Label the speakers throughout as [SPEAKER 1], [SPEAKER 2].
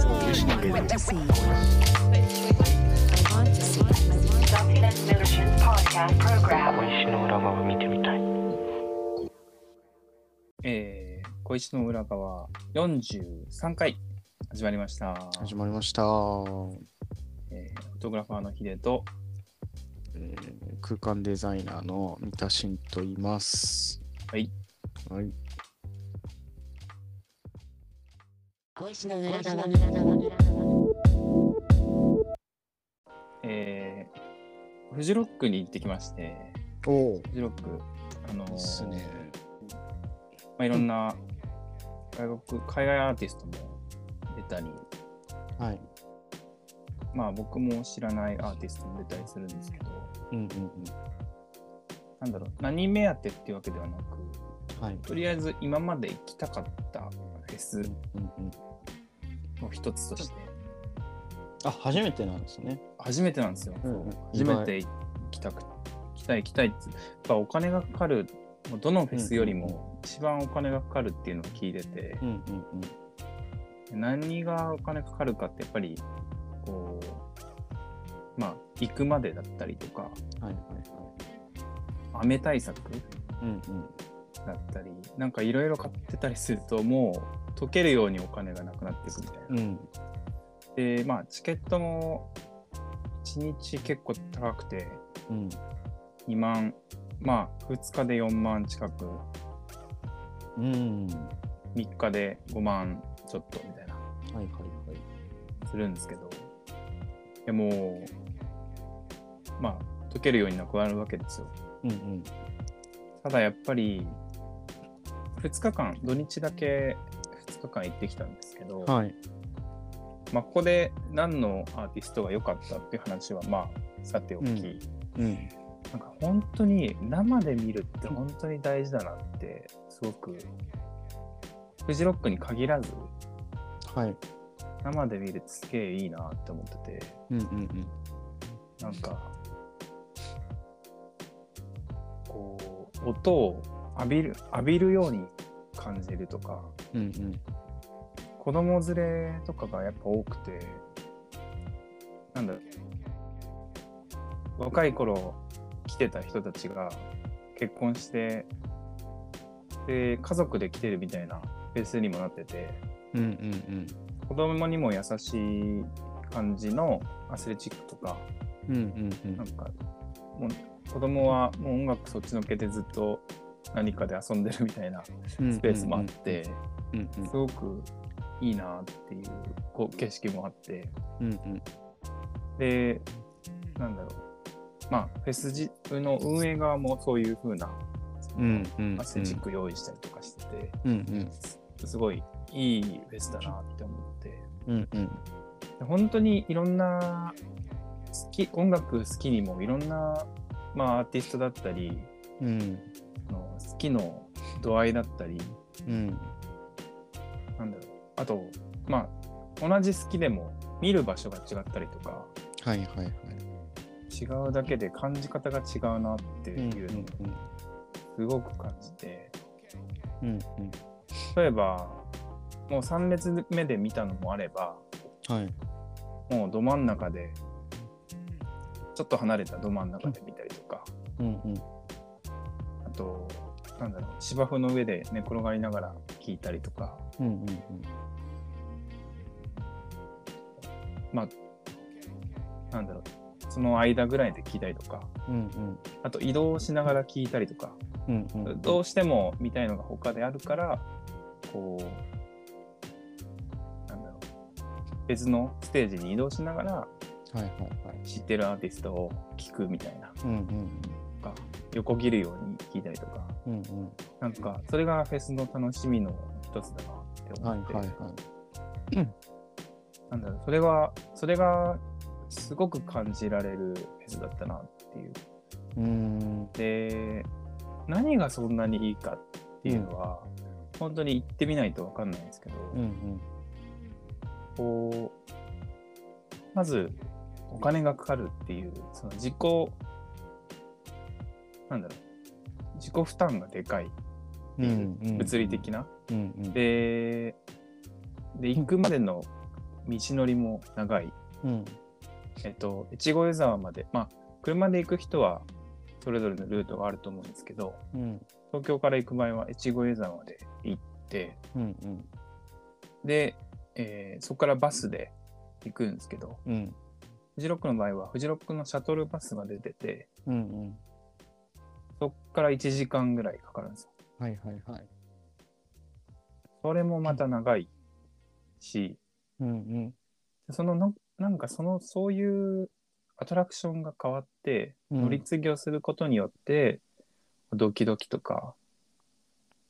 [SPEAKER 1] Document Motion
[SPEAKER 2] けど
[SPEAKER 1] Podcast Program.
[SPEAKER 3] 小石の裏側見てみたい。
[SPEAKER 4] えー、小石の裏側43回始まりました。
[SPEAKER 2] 始まりました、え
[SPEAKER 4] えーフォトグラファーのヒデと、
[SPEAKER 2] ー空間デザイナーの三田真と言います
[SPEAKER 4] はい、
[SPEAKER 2] はい、
[SPEAKER 4] えー、フジロックに行ってきまして、
[SPEAKER 2] おお
[SPEAKER 4] フジロック、あのー
[SPEAKER 2] いいっすね
[SPEAKER 4] まあ、いろんな外国、海外アーティストも出たり、
[SPEAKER 2] はい
[SPEAKER 4] まあ僕も知らないアーティストも出たりするんですけど、
[SPEAKER 2] うんうん
[SPEAKER 4] なんだろう、何目当てっていうわけではなく、
[SPEAKER 2] うんはい
[SPEAKER 4] とりあえず今まで行きたかったフェス
[SPEAKER 2] うんうん
[SPEAKER 4] の一つとして、
[SPEAKER 2] あ初めてなんですね
[SPEAKER 4] 初めてなんですよ。
[SPEAKER 2] うんうん
[SPEAKER 4] 初めて行きたく行きたい行きたいっつやっぱお金がかかるもうどのフェスより
[SPEAKER 2] うんう
[SPEAKER 4] も一番お金がかかるっていうのを聞いてて
[SPEAKER 2] うんうんうん
[SPEAKER 4] 何がお金かかるかってやっぱりこうまあ行くまでだったりとか
[SPEAKER 2] はいはいは
[SPEAKER 4] 雨対策
[SPEAKER 2] いうんうん
[SPEAKER 4] だったりなんかいろいろ買ってたりするともう溶けるようにお金がなくなっていくみたいな。
[SPEAKER 2] うん
[SPEAKER 4] でまあチケットも1日結構高くて
[SPEAKER 2] うん
[SPEAKER 4] 2万まあ2日で4万近く
[SPEAKER 2] うん
[SPEAKER 4] 3日で5万ちょっとみたいな
[SPEAKER 2] はいはいはい
[SPEAKER 4] するんですけどでもうまあ解けるようになくなるわけですよ
[SPEAKER 2] うんうん
[SPEAKER 4] ただやっぱり2日間土日だけ2日間行ってきたんですけど、
[SPEAKER 2] はい
[SPEAKER 4] まあ、ここで何のアーティストが良かったっていう話はまあさておき、
[SPEAKER 2] うんうん
[SPEAKER 4] なんか本当に生で見るって本当に大事だなってすごくフジロックに限らず
[SPEAKER 2] はい
[SPEAKER 4] 生で見るってすげえいいなって思ってて
[SPEAKER 2] うんうんうん
[SPEAKER 4] なんかこう音を浴びる浴びるように感じるとか
[SPEAKER 2] うんうん
[SPEAKER 4] 子供連れとかがやっぱ多くてなんだろう若い頃来てた人たちが結婚してで家族で来てるみたいなフェスにもなってて
[SPEAKER 2] うんうん
[SPEAKER 4] 子供にも優しい感じのアスレチックとか
[SPEAKER 2] うんうんうんうん
[SPEAKER 4] なんかもう子供はもう音楽そっちのけでずっと何かで遊んでるみたいなスペースもあって、
[SPEAKER 2] うんうん
[SPEAKER 4] すごくいいなっていうこう景色もあって
[SPEAKER 2] うんうん
[SPEAKER 4] でなんだろうまあフェスじの運営側もそういう風な
[SPEAKER 2] うんうん
[SPEAKER 4] アスレチック用意したりとかしてて、
[SPEAKER 2] うん
[SPEAKER 4] すごいいいフェスだなって思って
[SPEAKER 2] うんうんうん
[SPEAKER 4] で本当にいろんな好き音楽好きにもいろんな、まあ、アーティストだったり
[SPEAKER 2] うん
[SPEAKER 4] あの好きの度合いだったり
[SPEAKER 2] うん
[SPEAKER 4] なんだろうあとまあ同じ好きでも見る場所が違ったりとか
[SPEAKER 2] はいはいはい
[SPEAKER 4] 違うだけで感じ方が違うなっていうのをすごく感じて
[SPEAKER 2] うんうん
[SPEAKER 4] 例えばもう3列目で見たのもあれば
[SPEAKER 2] はい
[SPEAKER 4] もうど真ん中でちょっと離れたど真ん中で見たりとか
[SPEAKER 2] うんうん
[SPEAKER 4] あとなんだろう芝生の上で寝転がりながら聴いたりとか
[SPEAKER 2] うんうん
[SPEAKER 4] なんだろうその間ぐらいで聴いたりとか
[SPEAKER 2] うんうん
[SPEAKER 4] あと移動しながら聴いたりとか
[SPEAKER 2] うんうんうん
[SPEAKER 4] どうしても見たいのが他であるからこうなんだろう別のステージに移動しながら
[SPEAKER 2] はいはいはい
[SPEAKER 4] 知ってるアーティストを聴くみたいな
[SPEAKER 2] うんうん
[SPEAKER 4] とか横切るように聴いたりとか
[SPEAKER 2] うんうん
[SPEAKER 4] なんかそれがフェスの楽しみの一つだなって
[SPEAKER 2] はい
[SPEAKER 4] 思って、
[SPEAKER 2] はいはい
[SPEAKER 4] なんだろうそれはそれがすごく感じられるフェスだったなっていう
[SPEAKER 2] うん
[SPEAKER 4] で何がそんなにいいかっていうのは、本当に行ってみないと分かんないんですけど、
[SPEAKER 2] うん
[SPEAKER 4] こうまずお金がかかるっていうその自己なんだろう自己負担がでかい
[SPEAKER 2] うんうん
[SPEAKER 4] 物理的な、
[SPEAKER 2] うんうん
[SPEAKER 4] でで行くまでの道のりも長い。
[SPEAKER 2] うん。
[SPEAKER 4] えっと、越後湯沢まで、まあ、車で行く人はそれぞれのルートがあると思うんですけど、
[SPEAKER 2] うん。
[SPEAKER 4] 東京から行く場合は越後湯沢まで行って、
[SPEAKER 2] うん。うん。
[SPEAKER 4] で、えーそこからバスで行くんですけど、
[SPEAKER 2] うん。
[SPEAKER 4] フジロックの場合は、フジロックのシャトルバスが出てて、
[SPEAKER 2] うん。うん。
[SPEAKER 4] そこから1時間ぐらいかかるんですよ。
[SPEAKER 2] はいはいはい。
[SPEAKER 4] それもまた長いし、
[SPEAKER 2] うん
[SPEAKER 4] そのの、なんかその、そういうアトラクションが変わって、
[SPEAKER 2] うん。
[SPEAKER 4] 乗り継ぎをすることによって、ドキドキとか、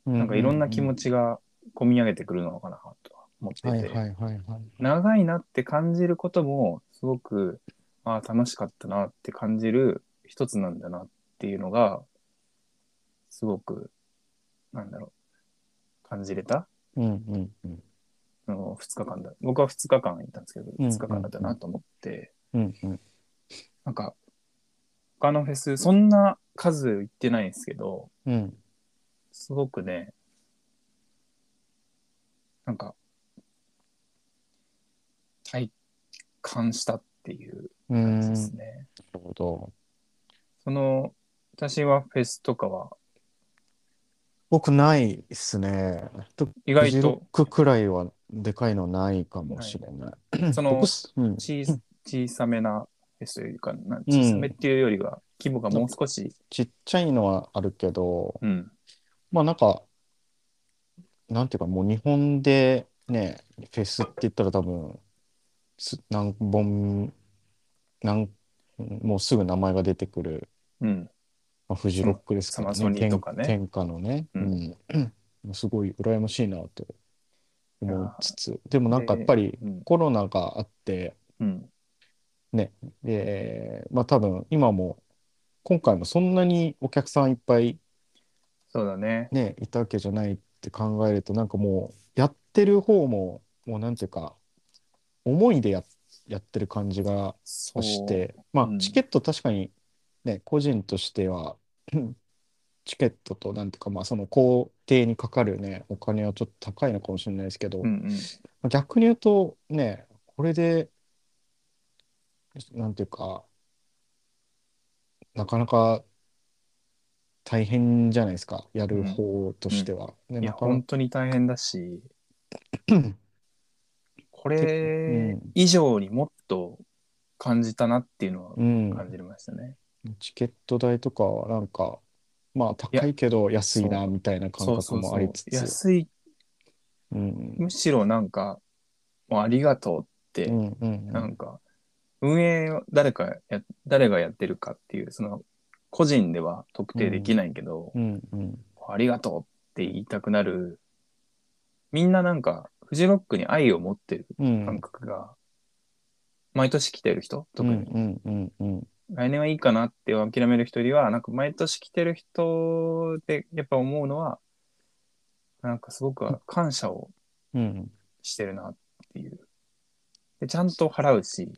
[SPEAKER 2] う、
[SPEAKER 4] なんかいろんな気持
[SPEAKER 2] ち
[SPEAKER 4] ちが込み上げてくるのかなとは思ってて、
[SPEAKER 2] はいはいはいはい。
[SPEAKER 4] 長いなって感じることもすごくああ楽しかったなって感じる一つなんだなっていうのがすごくなんだろう感じれた
[SPEAKER 2] うんうんうん。
[SPEAKER 4] あの2日間だ僕は2日間行ったんですけど
[SPEAKER 2] ん
[SPEAKER 4] 2日間だったなと思って、
[SPEAKER 2] うんうん。
[SPEAKER 4] なんか他のフェスそんな数行ってないんですけど、
[SPEAKER 2] うん。
[SPEAKER 4] すごくね、なんか、体感したっていう
[SPEAKER 2] う
[SPEAKER 4] 感じで
[SPEAKER 2] ん。な
[SPEAKER 4] す
[SPEAKER 2] る
[SPEAKER 4] ね。
[SPEAKER 2] ほど。
[SPEAKER 4] その、私はフェスとかは
[SPEAKER 2] 僕ないっすね。と
[SPEAKER 4] 意外
[SPEAKER 2] フジロ
[SPEAKER 4] と
[SPEAKER 2] ックくらいはでかいのないかもしれない。
[SPEAKER 4] その
[SPEAKER 2] 僕すうん。
[SPEAKER 4] 小小さめなフェスというか、なん
[SPEAKER 2] うん
[SPEAKER 4] 小さめっていうよりは、規模がもう少し、
[SPEAKER 2] ちっちゃいのはあるけど、
[SPEAKER 4] うん、
[SPEAKER 2] まあなんか、なんていうかもう日本でね、フェスって言ったら多分、す何本、何、もうすぐ名前が出てくる。
[SPEAKER 4] うん、
[SPEAKER 2] まあ、フジロックですから
[SPEAKER 4] サマソニーとかね
[SPEAKER 2] 天天下のね、
[SPEAKER 4] う
[SPEAKER 2] うん、すごい羨ましいなって思いつつ、でもなんかやっぱり
[SPEAKER 4] うん、
[SPEAKER 2] コロナがあって、
[SPEAKER 4] うん、
[SPEAKER 2] で、まあ多分今も、今回もそんなにお客さんいっぱい
[SPEAKER 4] そうだね。
[SPEAKER 2] ね、いたわけじゃないって考えると、なんかもう、やってる方も、もうなんていうか、思いでや、やってる感じが
[SPEAKER 4] そ
[SPEAKER 2] と
[SPEAKER 4] う
[SPEAKER 2] して、ま
[SPEAKER 4] う
[SPEAKER 2] あ
[SPEAKER 4] ん、
[SPEAKER 2] チケット確かにね、個人としては、チケットと、なんていうか、まあ、その工程にかかるね、お金はちょっと高いのかもしれないですけど
[SPEAKER 4] う、んうん、
[SPEAKER 2] 逆に言うと、ね、これで、なんていうか、なかなか大変じゃないですか、やる方としては。ね
[SPEAKER 4] いや、
[SPEAKER 2] なかな
[SPEAKER 4] 本当に大変だし、これ
[SPEAKER 2] うん
[SPEAKER 4] 以上にもっと感じたなっていうのは
[SPEAKER 2] うん、
[SPEAKER 4] 感じましたね。
[SPEAKER 2] チケット代とかはなんか、まあ
[SPEAKER 4] いや
[SPEAKER 2] 高いけど安いな
[SPEAKER 4] そう
[SPEAKER 2] みたいな感覚もありつつ、
[SPEAKER 4] 安い、
[SPEAKER 2] うん
[SPEAKER 4] むしろなんか、もうありがとうって、
[SPEAKER 2] うんうんう
[SPEAKER 4] なんんか、運営を誰かや、誰がやってるかっていう、その、個人では特定できないけど、
[SPEAKER 2] うんうん
[SPEAKER 4] ありがとうって言いたくなる、みんななんか、フジロックに愛を持ってる
[SPEAKER 2] うん
[SPEAKER 4] 感覚が、毎年来てる人、特
[SPEAKER 2] う
[SPEAKER 4] に、
[SPEAKER 2] んうんうん
[SPEAKER 4] 来年はいいかなって諦める人よりは、なんか毎年来てる人でやっぱ思うのは、なんかすごく感謝を
[SPEAKER 2] うん
[SPEAKER 4] してるなっていう。で、ちゃんと払うし、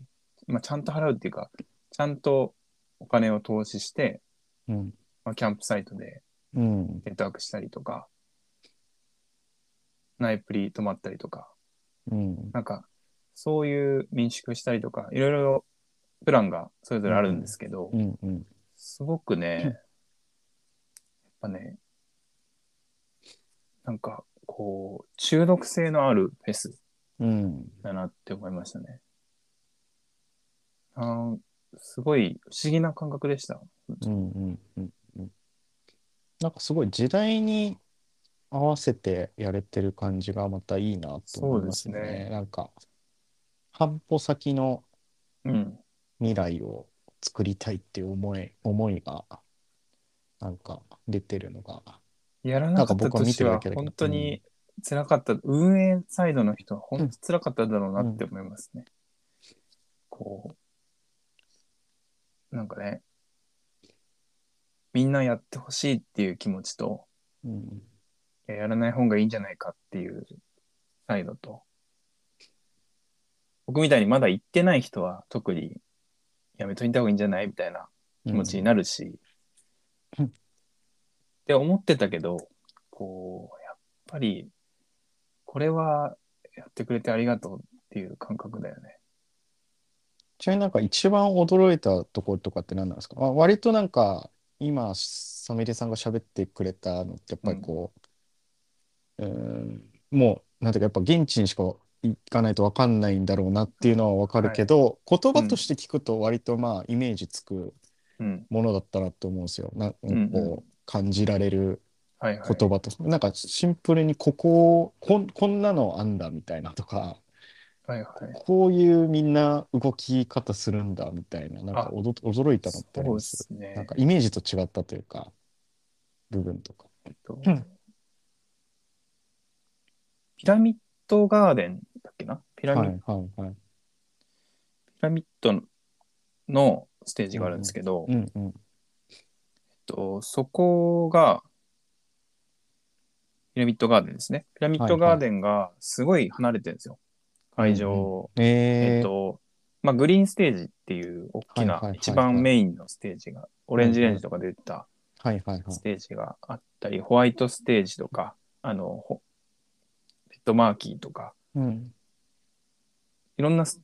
[SPEAKER 4] まあちゃんと払うっていうか、ちゃんとお金を投資して、
[SPEAKER 2] うん
[SPEAKER 4] まあ、キャンプサイトで
[SPEAKER 2] うん
[SPEAKER 4] ネットワークしたりとか、ナイプリ泊まったりとか、
[SPEAKER 2] うん
[SPEAKER 4] なんかそういう民宿したりとか、いろいろプランがそれぞれあるんですけど、
[SPEAKER 2] うんうん
[SPEAKER 4] すごくね、
[SPEAKER 2] うん
[SPEAKER 4] やっぱね、なんかこう、中毒性のあるフェス
[SPEAKER 2] うん
[SPEAKER 4] だなって思いましたね。あーすごい不思議な感覚でした。
[SPEAKER 2] うんうんうんうんなんかすごい時代に合わせてやれてる感じがまたいいなと思います
[SPEAKER 4] そうです
[SPEAKER 2] ね。なんか半歩先の
[SPEAKER 4] うん。
[SPEAKER 2] 未来を作りたいっていう思い、思いが、なんか出てるのが。
[SPEAKER 4] やらなかった
[SPEAKER 2] なんか僕は見
[SPEAKER 4] 年
[SPEAKER 2] てる
[SPEAKER 4] は
[SPEAKER 2] だけだけど
[SPEAKER 4] 本当に辛かった、運営サイドの人は本当に辛かっただろうなって思いますね。こう、なんかね、みんなやってほしいっていう気持ちと、
[SPEAKER 2] うん。
[SPEAKER 4] いややらない方がいいんじゃないかっていうサイドと、僕みたいにまだ行ってない人は特にやめといた方がいいんじゃないみたいな気持ちになるし、
[SPEAKER 2] うん
[SPEAKER 4] って思ってたけど、こう、やっぱり、これはやってくれてありがとうっっていう感覚だよね。
[SPEAKER 2] ちなみになんか一番驚いたところとかって何なんですか、まあ、割となんか今サミレさんが喋ってくれたのってやっぱりこう、うーん、もうなんていうかやっぱ現地にしか行かないと分かんないんだろうなっていうのは分かるけど、言葉として聞くと割とまあイメージつく
[SPEAKER 4] うん。
[SPEAKER 2] ものだったなと思うんですよ。なんかこう、
[SPEAKER 4] うんう
[SPEAKER 2] 感じられる
[SPEAKER 4] はいはい。
[SPEAKER 2] 言葉と、なんかシンプルにここをこんこんなのあんだみたいなとか。
[SPEAKER 4] はいはい。
[SPEAKER 2] こういうみんな動き方するんだみたいな、なんか
[SPEAKER 4] あ
[SPEAKER 2] 驚驚いたのって
[SPEAKER 4] そ
[SPEAKER 2] あり
[SPEAKER 4] う
[SPEAKER 2] ま
[SPEAKER 4] ですすね。
[SPEAKER 2] なんかイメージと違ったというか、部分とか。
[SPEAKER 4] と
[SPEAKER 2] うん
[SPEAKER 4] ピラミッドガーデンだっけなピラミ,、
[SPEAKER 2] はい
[SPEAKER 4] ッド
[SPEAKER 2] はいはい。
[SPEAKER 4] ピラミッドのステージがあるんですけど、
[SPEAKER 2] うんうん。
[SPEAKER 4] とそこがピラミッドガーデンですね。ピラミッドガーデンがすごい離れてるんですよ。会場を、え
[SPEAKER 2] え
[SPEAKER 4] っ、
[SPEAKER 2] ー、
[SPEAKER 4] と、まあ、グリーンステージっていう大き
[SPEAKER 2] はいはいはい
[SPEAKER 4] な
[SPEAKER 2] はい
[SPEAKER 4] 一番メインのステージが、オレンジレンジとかで出てた
[SPEAKER 2] はいはいはい。
[SPEAKER 4] ステージがあったり、ホワイトステージとか、あの、ほレッドマーキーとか、
[SPEAKER 2] うん
[SPEAKER 4] いろんなス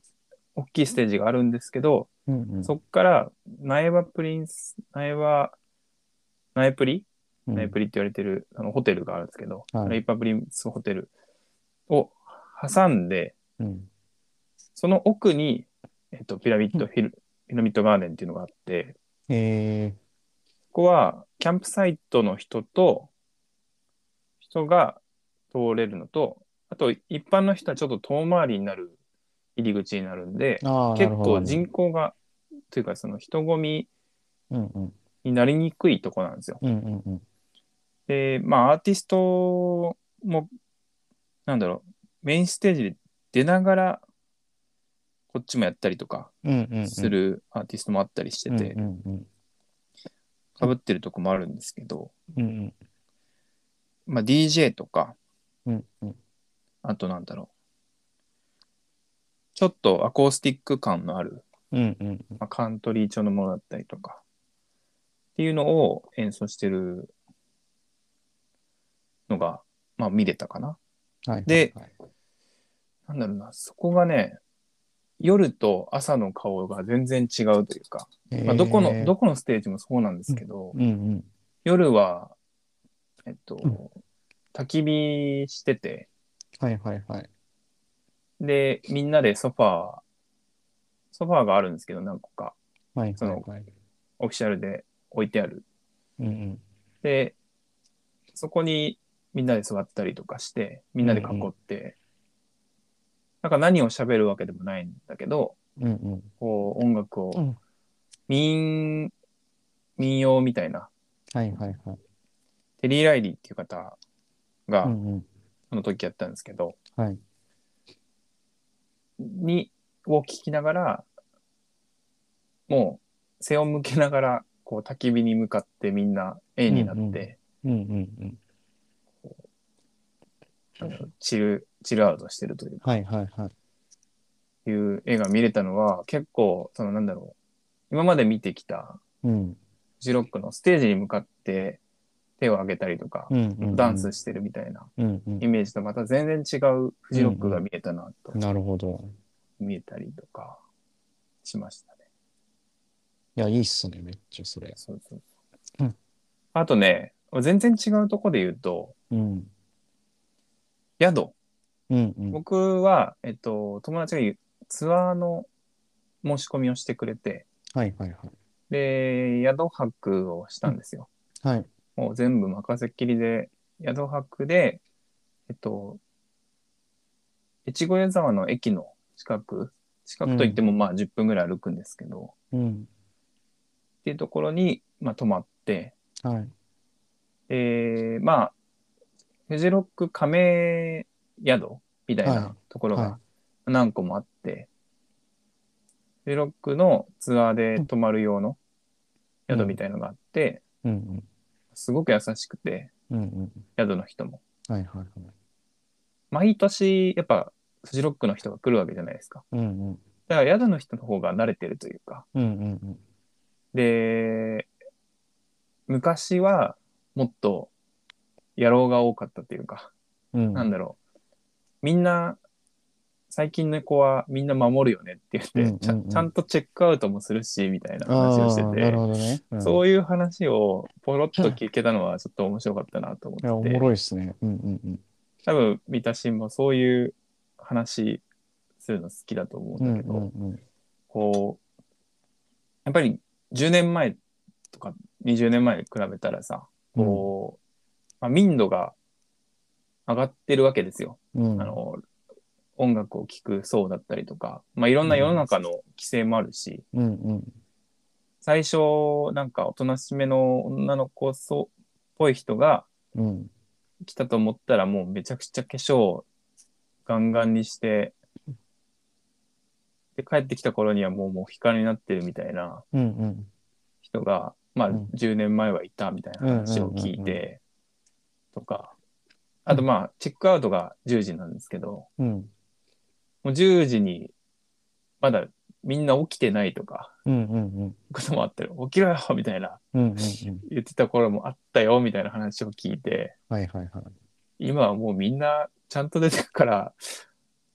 [SPEAKER 4] 大きいステージがあるんですけど、
[SPEAKER 2] うんうん、
[SPEAKER 4] そっから苗場プリンス、苗場、苗プリ
[SPEAKER 2] うん
[SPEAKER 4] 苗プリって言われてる、あのホテルがあるんですけど、
[SPEAKER 2] はい
[SPEAKER 4] レイパープリンスホテルを挟んで、
[SPEAKER 2] うん
[SPEAKER 4] その奥に、えっと、ピラミッドフィル、ピラミッドガーデンっていうのがあって、
[SPEAKER 2] え
[SPEAKER 4] ここはキャンプサイトの人と、人が通れるのと、あと一般の人はちょっと遠回りになる入り口になるんで
[SPEAKER 2] ー、、ああ、な
[SPEAKER 4] 結
[SPEAKER 2] るほど
[SPEAKER 4] 構人口が、というかその人混み
[SPEAKER 2] うんうん
[SPEAKER 4] になりにくいとこなんですよ。
[SPEAKER 2] うんうんうん。
[SPEAKER 4] で、まあ、アーティストも、なんだろう、メインステージで出ながら、こっちもやったりとか
[SPEAKER 2] うんうんうん。
[SPEAKER 4] するアーティストもあったりしてて
[SPEAKER 2] う、んうん
[SPEAKER 4] かぶってるとこもあるんですけど、
[SPEAKER 2] うん。うん
[SPEAKER 4] まあ、DJ とか、
[SPEAKER 2] うんうん
[SPEAKER 4] あとなんだろう、ちょっとアコースティック感のある、
[SPEAKER 2] うんうんうん。
[SPEAKER 4] まあ、カントリー調のものだったりとか、っていうのを演奏してるのが、まあ、見れたかな。
[SPEAKER 2] はいはいはい。
[SPEAKER 4] でなんだろうな、そこがね、夜と朝の顔が全然違うというか、
[SPEAKER 2] えー、
[SPEAKER 4] まあ、どこの、どこのステージもそうなんですけど、
[SPEAKER 2] うんうん。
[SPEAKER 4] 夜は、えっと、
[SPEAKER 2] うん
[SPEAKER 4] 焚き火してて、
[SPEAKER 2] はいはいはい。
[SPEAKER 4] で、みんなでソファー、ソファーがあるんですけど、何個か、
[SPEAKER 2] はい
[SPEAKER 4] そ
[SPEAKER 2] は
[SPEAKER 4] の
[SPEAKER 2] いはい。
[SPEAKER 4] オフィシャルで置いてある。
[SPEAKER 2] うんうん。
[SPEAKER 4] で、そこにみんなで座ったりとかして、みんなで囲って、なんか何を喋るわけでもないんだけど、
[SPEAKER 2] うんうん。
[SPEAKER 4] こう音楽を
[SPEAKER 2] うん
[SPEAKER 4] 民、民謡みたいな、
[SPEAKER 2] はいはいはい。
[SPEAKER 4] テリー・ライリーっていう方
[SPEAKER 2] う
[SPEAKER 4] が
[SPEAKER 2] んうん。
[SPEAKER 4] その時やったんですけど、
[SPEAKER 2] はい。
[SPEAKER 4] に、を聞きながら、もう背を向けながら、こう焚き火に向かってみんな絵になって、
[SPEAKER 2] うんうんうんうん。
[SPEAKER 4] あのチル、チルアウトしてるという
[SPEAKER 2] はいはいはい。
[SPEAKER 4] いう絵が見れたのは、結構、そのなんだろう、今まで見てきた
[SPEAKER 2] うん。
[SPEAKER 4] フジロックのステージに向かって手を挙げたりとか、
[SPEAKER 2] うんうんうん
[SPEAKER 4] ダンスしてるみたいな
[SPEAKER 2] うんうん
[SPEAKER 4] イメージとまた全然違うフジロックが見えたなと、
[SPEAKER 2] なるほど。
[SPEAKER 4] 見えたりとかしましたね。
[SPEAKER 2] いや、いいっすね、めっちゃそれ。
[SPEAKER 4] そうそう
[SPEAKER 2] うん
[SPEAKER 4] あとね、全然違うとこで言うと、
[SPEAKER 2] うん。
[SPEAKER 4] 宿。
[SPEAKER 2] うんうん。
[SPEAKER 4] 僕は、えっと、友達がゆツアーの申し込みをしてくれて、
[SPEAKER 2] はいはいはい。
[SPEAKER 4] で、宿泊をしたんですよ。
[SPEAKER 2] はい。
[SPEAKER 4] もう全部任せっきりで、宿泊で、えっと、越後湯沢の駅の近く、近くといってもまあ10分ぐらい歩くんですけど、っ
[SPEAKER 2] うん。
[SPEAKER 4] ていうところに、まあ泊まって、
[SPEAKER 2] はい。
[SPEAKER 4] えー、まあ、フジロック亀宿みたい
[SPEAKER 2] はい
[SPEAKER 4] なところ
[SPEAKER 2] は
[SPEAKER 4] が何個もあって、フジロックのツアーで泊まる用の宿みたいのがあって、
[SPEAKER 2] うん
[SPEAKER 4] すごく優しくて、
[SPEAKER 2] うん。うんうん。
[SPEAKER 4] 宿の人も。
[SPEAKER 2] はいはいはい。
[SPEAKER 4] 毎年、やっぱ、フジロックの人が来るわけじゃないですか。
[SPEAKER 2] うんうん。
[SPEAKER 4] だから宿の人の方が慣れてるというか。
[SPEAKER 2] うんうんうん。
[SPEAKER 4] で、昔はもっと野郎が多かったというか、
[SPEAKER 2] うん。
[SPEAKER 4] なんだろう。みんな、最近の子はみんな守るよねって言って、
[SPEAKER 2] うんうんうん
[SPEAKER 4] ちゃんちゃんとチェックアウトもするし、みたいな話をして
[SPEAKER 2] あーな
[SPEAKER 4] て
[SPEAKER 2] る、ほどね。うん
[SPEAKER 4] そういう話をポロッと聞けたのはちょっと面白かったなと思
[SPEAKER 2] いや、お
[SPEAKER 4] ってて
[SPEAKER 2] もろいですね。うんうんうん。
[SPEAKER 4] 多分三田新もそういう話するの好きだと思う
[SPEAKER 2] うんん
[SPEAKER 4] だけど、
[SPEAKER 2] うんうん
[SPEAKER 4] こうやっぱり10年前とか20年前に比べたらさこう、まあ、民度が上がってるわけですよ。
[SPEAKER 2] うん。
[SPEAKER 4] あの音楽を聴く層だったりとか、まあ、いろんな世の中の規制もあるし、
[SPEAKER 2] うんうん。
[SPEAKER 4] 最初なんかおとなしめの女の子そうっぽい人が
[SPEAKER 2] うん。
[SPEAKER 4] 来たと思ったらもうめちゃくちゃ化粧ガンガンにしてで帰ってきた頃にはもうもうヒカルになってるみたいな
[SPEAKER 2] うんうん。
[SPEAKER 4] 人がまあ
[SPEAKER 2] うん
[SPEAKER 4] 10年前はいたみたいな話を聞い
[SPEAKER 2] うんうんうん
[SPEAKER 4] てとかあとまあチェックアウトが10時なんですけど
[SPEAKER 2] うん
[SPEAKER 4] もう10時にまだみんな起きてないとか
[SPEAKER 2] うんうん
[SPEAKER 4] こともあったら起きろよみたいな
[SPEAKER 2] うん。うんうんうん。
[SPEAKER 4] 言ってた頃もあったよみたいな話を聞いて。
[SPEAKER 2] はいはいはい。
[SPEAKER 4] 今はもうみんなちゃんと出てくから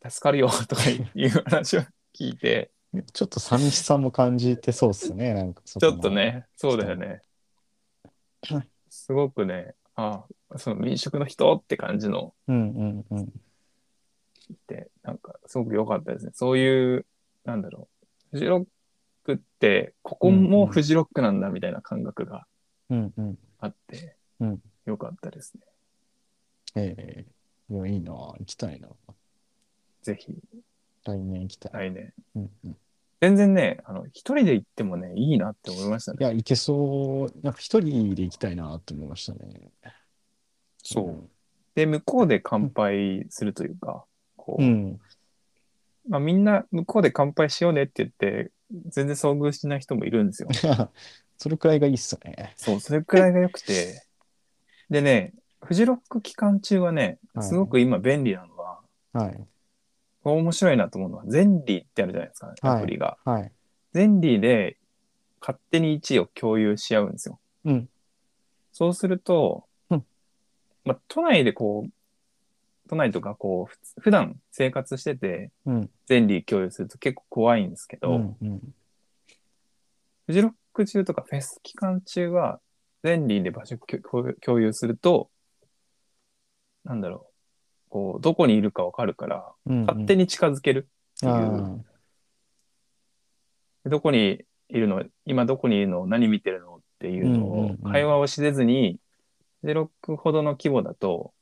[SPEAKER 4] 助かるよとかいう話を聞いて
[SPEAKER 2] ちょっと寂しさも感じてそうっ すね。なんかち
[SPEAKER 4] ちょっと。ねそうだよねすごくねあその民宿の人って感じの
[SPEAKER 2] うんうんうん。
[SPEAKER 4] ってなんかすごく良かったですねそういうなんだろうフジロックってここもフジロックなんだみたいな感覚が
[SPEAKER 2] うんうん。
[SPEAKER 4] あって
[SPEAKER 2] うん
[SPEAKER 4] 良かったですね
[SPEAKER 2] ええいやいいな。行きたいな。
[SPEAKER 4] ぜひ
[SPEAKER 2] 来年行きたい。
[SPEAKER 4] 来年
[SPEAKER 2] うんうん、い
[SPEAKER 4] 全然ねあの一人で行ってもねいいなって思いましたね
[SPEAKER 2] や、行けそう。なんか一人で行きたいなって思いましたね。
[SPEAKER 4] で向こうで乾杯するというか、こう
[SPEAKER 2] うん。うん。
[SPEAKER 4] まあ、みんな向こうで乾杯しようねって言って全然遭遇しない人もいるんですよ。
[SPEAKER 2] それくらいがいいっすね。
[SPEAKER 4] そうそれくらいが良くてでねフジロック期間中はね
[SPEAKER 2] はい
[SPEAKER 4] すごく今便利なのは、
[SPEAKER 2] はい。
[SPEAKER 4] こう面白いなと思うのはゼンリーってあるじゃないですか
[SPEAKER 2] はい
[SPEAKER 4] アプリが。
[SPEAKER 2] はい。
[SPEAKER 4] ゼンリーで勝手に1位を共有し合うんですよ。
[SPEAKER 2] うん
[SPEAKER 4] そうすると、
[SPEAKER 2] うん
[SPEAKER 4] まあ、都内でこう都内とかこうふつ普段生活してて
[SPEAKER 2] うん。
[SPEAKER 4] 全理共有すると結構怖いんですけど、
[SPEAKER 2] うんうん。
[SPEAKER 4] フジロック中とかフェス期間中は全理で場所共有共有するとなんだろうこうどこにいるかわかるから
[SPEAKER 2] うん
[SPEAKER 4] 勝手に近づけるっていう、
[SPEAKER 2] あ
[SPEAKER 4] どこにいるの今どこにいるの何見てるのっていうの
[SPEAKER 2] うんうん
[SPEAKER 4] を
[SPEAKER 2] うん
[SPEAKER 4] 会話をしれずに、フジロックほどの規模だと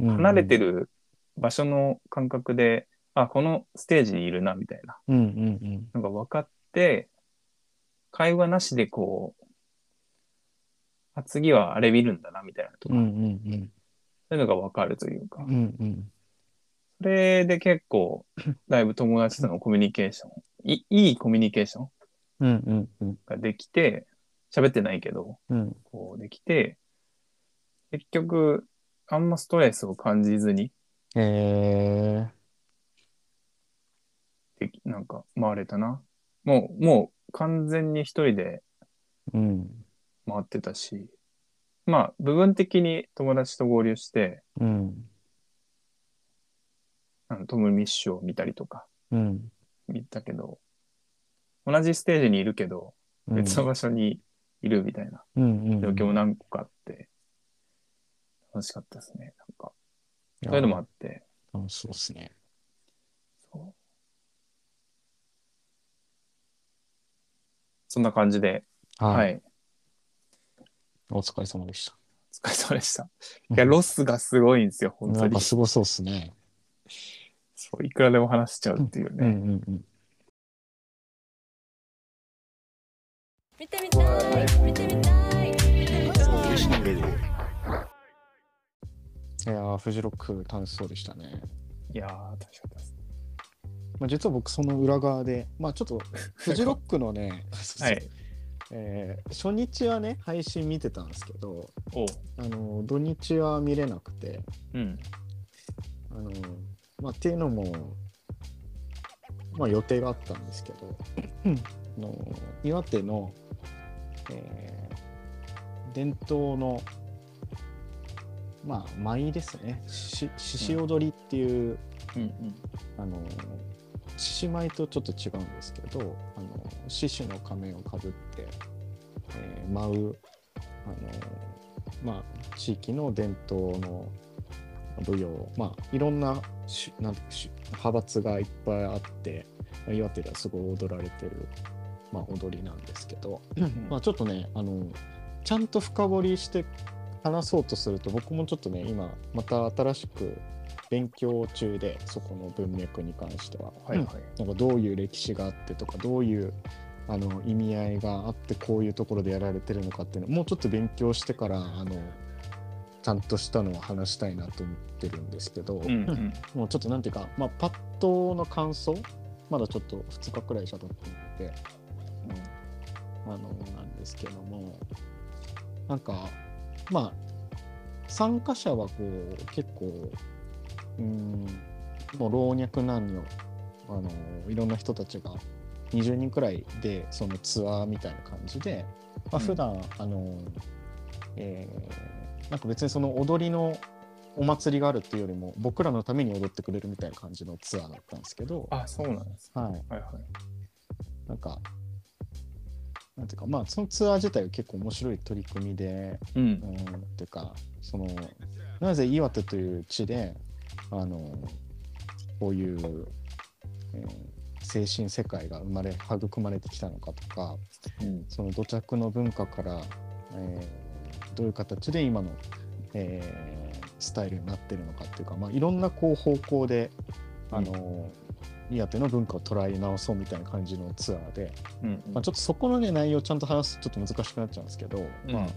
[SPEAKER 2] ー
[SPEAKER 4] 離れて
[SPEAKER 2] る。
[SPEAKER 4] る場所の感覚で、あこのステージにいるなみたいな
[SPEAKER 2] うんうん
[SPEAKER 4] なんか分かって、会話なしでこう、あ、次はあれ見るんだな、みたいなと
[SPEAKER 2] う
[SPEAKER 4] か、
[SPEAKER 2] ん。うん
[SPEAKER 4] そう
[SPEAKER 2] うん
[SPEAKER 4] いうのが分かるというか
[SPEAKER 2] うん。う、んうん。
[SPEAKER 4] それで結構、だいぶ友達とのコミュニケーション、いいいコミュニケーション
[SPEAKER 2] うんうんうん。
[SPEAKER 4] ができて、喋ってないけど、
[SPEAKER 2] うん
[SPEAKER 4] こうできて、結局、あんまストレスを感じずに、
[SPEAKER 2] へえ
[SPEAKER 4] できなんか回れたな。もう、もう完全に一人で
[SPEAKER 2] ー。うん。
[SPEAKER 4] 回ってたし、まあ、部分的に友達と合流して、
[SPEAKER 2] うん。
[SPEAKER 4] あのトム・ミッシュを見たりとか、
[SPEAKER 2] うん。
[SPEAKER 4] 見たけど、同じステージにいるけど、
[SPEAKER 2] うん
[SPEAKER 4] 別の場所にいるみたいな
[SPEAKER 2] うんうん。
[SPEAKER 4] 状況も何個かあって、楽しかったですね。なんか、そういうのもあって、
[SPEAKER 2] 楽しそうですね。
[SPEAKER 4] そうそんな感じで、はい、
[SPEAKER 2] お疲れ様でした。
[SPEAKER 4] お疲れ様でした。いや、ロスがすごいんですよ、本
[SPEAKER 2] な
[SPEAKER 4] 当
[SPEAKER 2] ん
[SPEAKER 4] に
[SPEAKER 2] か。すごそうですね。
[SPEAKER 4] そういくらでも話しちゃうっていう
[SPEAKER 2] うん
[SPEAKER 4] ね。
[SPEAKER 2] うんうん。
[SPEAKER 5] 見てみたい見てみたい見てみたい
[SPEAKER 6] Station Radio.
[SPEAKER 2] いやー、フジロック楽しそうでしたね。
[SPEAKER 4] いやー、楽しかったです。
[SPEAKER 2] まあ、実は僕、その裏側で、まあちょっと、フジロックのね、
[SPEAKER 4] は
[SPEAKER 2] そうそう
[SPEAKER 4] い。
[SPEAKER 2] えー初日はね、配信見てたんですけど、
[SPEAKER 4] おう。
[SPEAKER 2] あの土日は見れなくて、
[SPEAKER 4] うん。
[SPEAKER 2] あのまあ、っていうのも、まあ、予定があったんですけど、あの岩手の、えー伝統の、まあ舞ですねし獅子踊りっていう、
[SPEAKER 4] うんうん
[SPEAKER 2] あの獅子舞とちょっと違うんですけどあの獅子の仮面をかぶって、えー舞うあの、まあ、地域の伝統の舞踊、まあ、いろんなしなんてし派閥がいっぱいあってまあ岩手ではすごい踊られてる、まあ、踊りなんですけど、まあ、ちょっとねあのちゃんと深掘りして話そうとすると僕もちょっとね今また新しく勉強中でそこの文脈に関しては、
[SPEAKER 4] はいはい。
[SPEAKER 2] なんかどういう歴史があってとかどういうあの意味合いがあってこういうところでやられてるのかっていうのをもうちょっと勉強してからあのちゃんとしたのを話したいなと思ってるんですけど、
[SPEAKER 4] うんうん
[SPEAKER 2] もうちょっとなんていうか、まあ、パッとの感想まだちょっと2日くらいしか経ってないのであのなんですけどもなんかまあ参加者はこう結構うーんもう老若男女あのいろんな人たちが20人くらいでそのツアーみたいな感じで、まあ
[SPEAKER 4] うん
[SPEAKER 2] 普段、あのえーなんか別にその踊りのお祭りがあるっていうよりも僕らのために踊ってくれるみたいな感じのツアーだったんですけど、
[SPEAKER 4] あ、そうなんですか。
[SPEAKER 2] はい、
[SPEAKER 4] はいはい。
[SPEAKER 2] なんか、なんていうか、まあ、そのツアー自体は結構面白い取り組みで、
[SPEAKER 4] う。
[SPEAKER 2] うんん、っていうか、その、なぜ岩手という地で、あの、こういう、えー精神世界が生まれ、育まれてきたのかとか、
[SPEAKER 4] うん。
[SPEAKER 2] その土着の文化から、えーどういう形で今の、えースタイルになってるのかっていうか、まあ、いろんなこう方向で、あの岩手の文化を捉え直そうみたいな感じのツアーで、
[SPEAKER 4] うん。
[SPEAKER 2] まあ、ちょっとそこの、ね、内容をちゃんと話すとちょっと難しくなっちゃうんですけど、
[SPEAKER 4] うん
[SPEAKER 2] まあま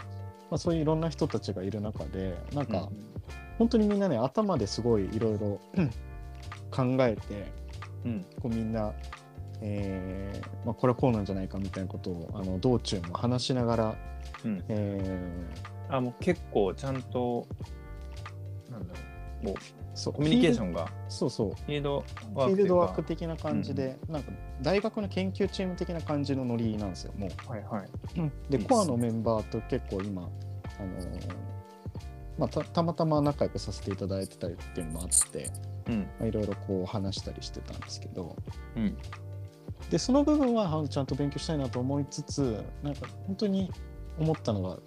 [SPEAKER 2] あ、そういういろんな人たちがいる中でなん
[SPEAKER 4] うん
[SPEAKER 2] か本当にみんなね頭ですごいいろいろうん考えて
[SPEAKER 4] うん。
[SPEAKER 2] こうみんな、えーまあ、これはこうなんじゃないかみたいなことをあの道中も話しながら、
[SPEAKER 4] うん
[SPEAKER 2] え
[SPEAKER 4] あ、もう結構ちゃんと、なんだろう。もう
[SPEAKER 2] ーそう
[SPEAKER 4] コミュニケーショ
[SPEAKER 2] ン
[SPEAKER 4] ンが、
[SPEAKER 2] そうそう
[SPEAKER 4] フィールド
[SPEAKER 2] フ
[SPEAKER 4] ワークとい
[SPEAKER 2] ィー
[SPEAKER 4] うか。
[SPEAKER 2] ルドワーク的な感じで、なんか大学の研究チーム的な感じのノリなんですよもう。
[SPEAKER 4] はいはい。
[SPEAKER 2] で
[SPEAKER 4] いいっすね
[SPEAKER 2] コアのメンバーと結構今、あのーまあ、たたまたま仲良くさせていただいてたりっていうのもあって、
[SPEAKER 4] うん。
[SPEAKER 2] まあ、いろいろこう話したりしてたんですけど
[SPEAKER 4] うん。
[SPEAKER 2] でその部分はあのちゃんと勉強したいなと思いつつなんか本当に思ったのがなん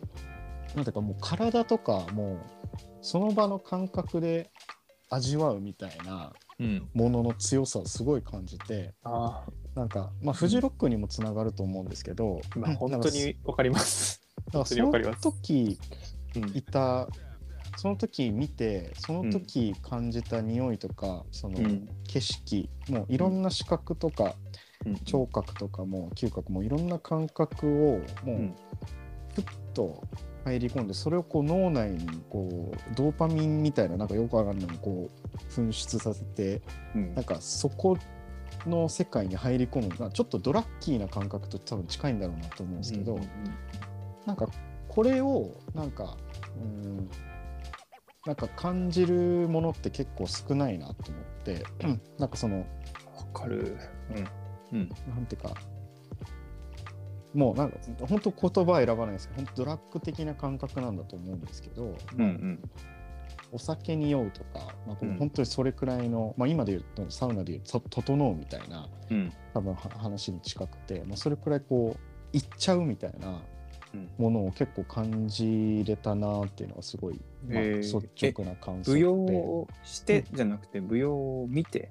[SPEAKER 2] ていうかもう体とかもうその場の感覚で味わうみたいな
[SPEAKER 4] うん。
[SPEAKER 2] ものの強さをすごい感じて
[SPEAKER 4] あ
[SPEAKER 2] なんか、まあ、フジロックにもつながると思うんですけど、
[SPEAKER 4] あ、まあ本当にわかります。
[SPEAKER 2] だから
[SPEAKER 4] 当
[SPEAKER 2] そ
[SPEAKER 4] にわかり
[SPEAKER 2] の
[SPEAKER 4] ます
[SPEAKER 2] 時
[SPEAKER 4] うん。
[SPEAKER 2] いたその時見てその時感じた匂いとか、その
[SPEAKER 4] うん。
[SPEAKER 2] 景色もういろんな視覚とか、
[SPEAKER 4] うん
[SPEAKER 2] 聴覚とかも嗅覚もいろんな感覚をも
[SPEAKER 4] うん
[SPEAKER 2] うふっと入り込んでそれをこう脳内にこうドーパミンみたいななんかよくわかんないのをこう噴出させて
[SPEAKER 4] うん
[SPEAKER 2] なんかそこの世界に入り込むまあちょっとドラッキーな感覚と多分近いんだろうなと思うんですけど、
[SPEAKER 4] うん
[SPEAKER 2] なんかこれをなんかうーんなんか感じるものって結構少ないなと思って うんなんかその
[SPEAKER 4] わかる。うん。うん。
[SPEAKER 2] なんていうかもうなんか本当言葉は選ばないですけど本当ドラッグ的な感覚なんだと思うんですけど、
[SPEAKER 4] うんうん。
[SPEAKER 2] お酒に酔うとか、まあ、こ
[SPEAKER 4] う
[SPEAKER 2] うん本当にそれくらいの、まあ、今で言うとサウナで言うと「と整う」みたいな
[SPEAKER 4] うん。
[SPEAKER 2] 多分は話に近くて、まあ、それくらいこう行っちゃうみたいな
[SPEAKER 4] うん
[SPEAKER 2] ものを結構感じれたなっていうのがすごい、まあ
[SPEAKER 4] えー
[SPEAKER 2] 率直な感想
[SPEAKER 4] 舞
[SPEAKER 2] で
[SPEAKER 4] 踊をしてじゃなくて舞踊を見て。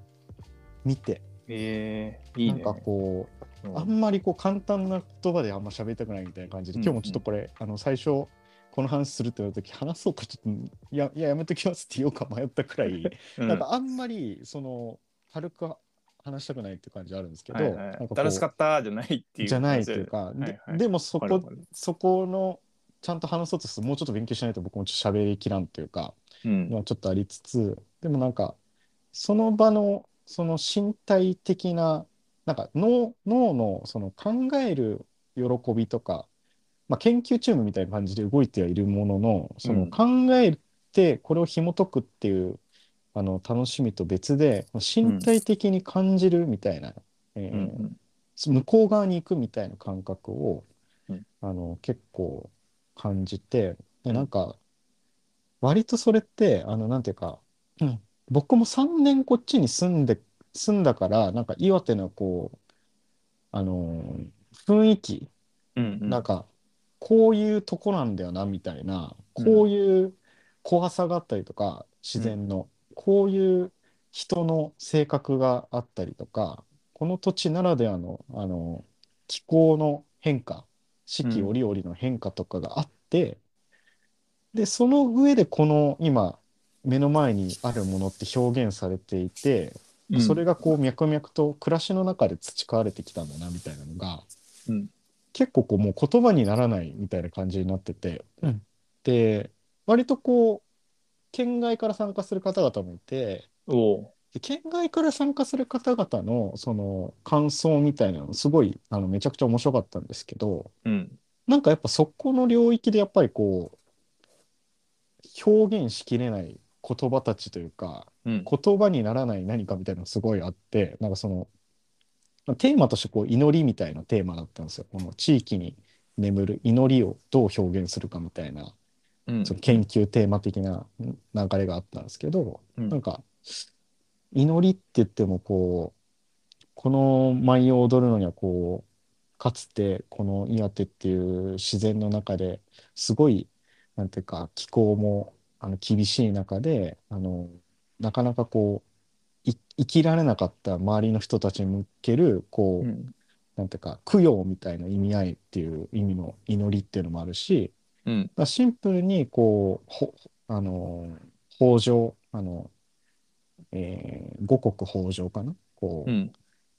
[SPEAKER 2] 見て
[SPEAKER 4] ええいいね。
[SPEAKER 2] なんかこう
[SPEAKER 4] うん
[SPEAKER 2] あんまりこう簡単な言葉であんま喋りたくないみたいな感じで、
[SPEAKER 4] うん
[SPEAKER 2] 今日もちょっとこれあの最初この話するってなった時話そうかちょっといやい ややめときますって言おうか迷ったくらい、
[SPEAKER 4] うん
[SPEAKER 2] なんかあんまりその軽く話したくないって感じあるんですけど、
[SPEAKER 4] はいはい
[SPEAKER 2] なんこう
[SPEAKER 4] 楽しかったじゃないっていう。
[SPEAKER 2] じゃないというか、
[SPEAKER 4] いはい
[SPEAKER 2] ででもそ
[SPEAKER 4] わかるわ
[SPEAKER 2] こ
[SPEAKER 4] かる
[SPEAKER 2] そこのちゃんと話そうとするともうちょっと勉強しないと僕もちょっと喋りきらんというか、
[SPEAKER 4] うん。
[SPEAKER 2] まあ、ちょっとありつつでもなんかその場のその身体的ななんか脳脳のその考える喜びとか、まあ、研究チームみたいな感じで動いてはいるもののその考えてこれを紐解くっていう、あの楽しみと別で身体的に感じるみたいな、えー
[SPEAKER 4] うん
[SPEAKER 2] 向こう側に行くみたいな感覚を、
[SPEAKER 4] うん
[SPEAKER 2] あの結構感じて
[SPEAKER 4] う
[SPEAKER 2] で
[SPEAKER 4] ん
[SPEAKER 2] なんか、割とそれって、あの、なんていうか、うん僕も3年こっちに住んで、住んだから、なんか岩手のこう、あのー雰囲気、
[SPEAKER 4] うんうん
[SPEAKER 2] なんか、こういうとこなんだよな、みたいな、こういう怖さがあったりとか、自然の、こういう人の性格があったりとか、この土地ならではの、あの、気候の変化、四季
[SPEAKER 4] うん
[SPEAKER 2] 折々の変化とかがあって、で、その上でこの今、目の前にあるものって表現されていて、
[SPEAKER 4] うん
[SPEAKER 2] それがこう脈々と暮らしの中で培われてきたんだなみたいなのが、
[SPEAKER 4] うん
[SPEAKER 2] 結構こうもう言葉にならないみたいな感じになってて、で割とこう県外から参加する方々もいて
[SPEAKER 4] おう
[SPEAKER 2] で県外から参加する方々のその感想みたいなのすごいあのめちゃくちゃ面白かったんですけど
[SPEAKER 4] うん
[SPEAKER 2] なんかやっぱそこの領域でやっぱりこう表現しきれない言葉たちというか
[SPEAKER 4] うん
[SPEAKER 2] 言葉にならない何かみたいなのすごいあってなんかそのテーマとしてこう祈りみたいなテーマだったんですよこの地域に眠る祈りをどう表現するかみたいな
[SPEAKER 4] うん
[SPEAKER 2] その研究テーマ的な流れがあったんですけど、
[SPEAKER 4] うん
[SPEAKER 2] なんか祈りって言ってもこうこの舞を踊るのにはこうかつてこの岩手っていう自然の中ですごいなんていうか気候もあの厳しい中であのなかなかこうい生きられなかった周りの人たちに向けるこ
[SPEAKER 4] う
[SPEAKER 2] う、
[SPEAKER 4] ん
[SPEAKER 2] なんていうか供養みたいな意味合いっていう意味の祈りっていうのもあるし、
[SPEAKER 4] うん
[SPEAKER 2] だからシンプルにこうほあのー豊穣あの、えー五穀豊穣かなこう、
[SPEAKER 4] うん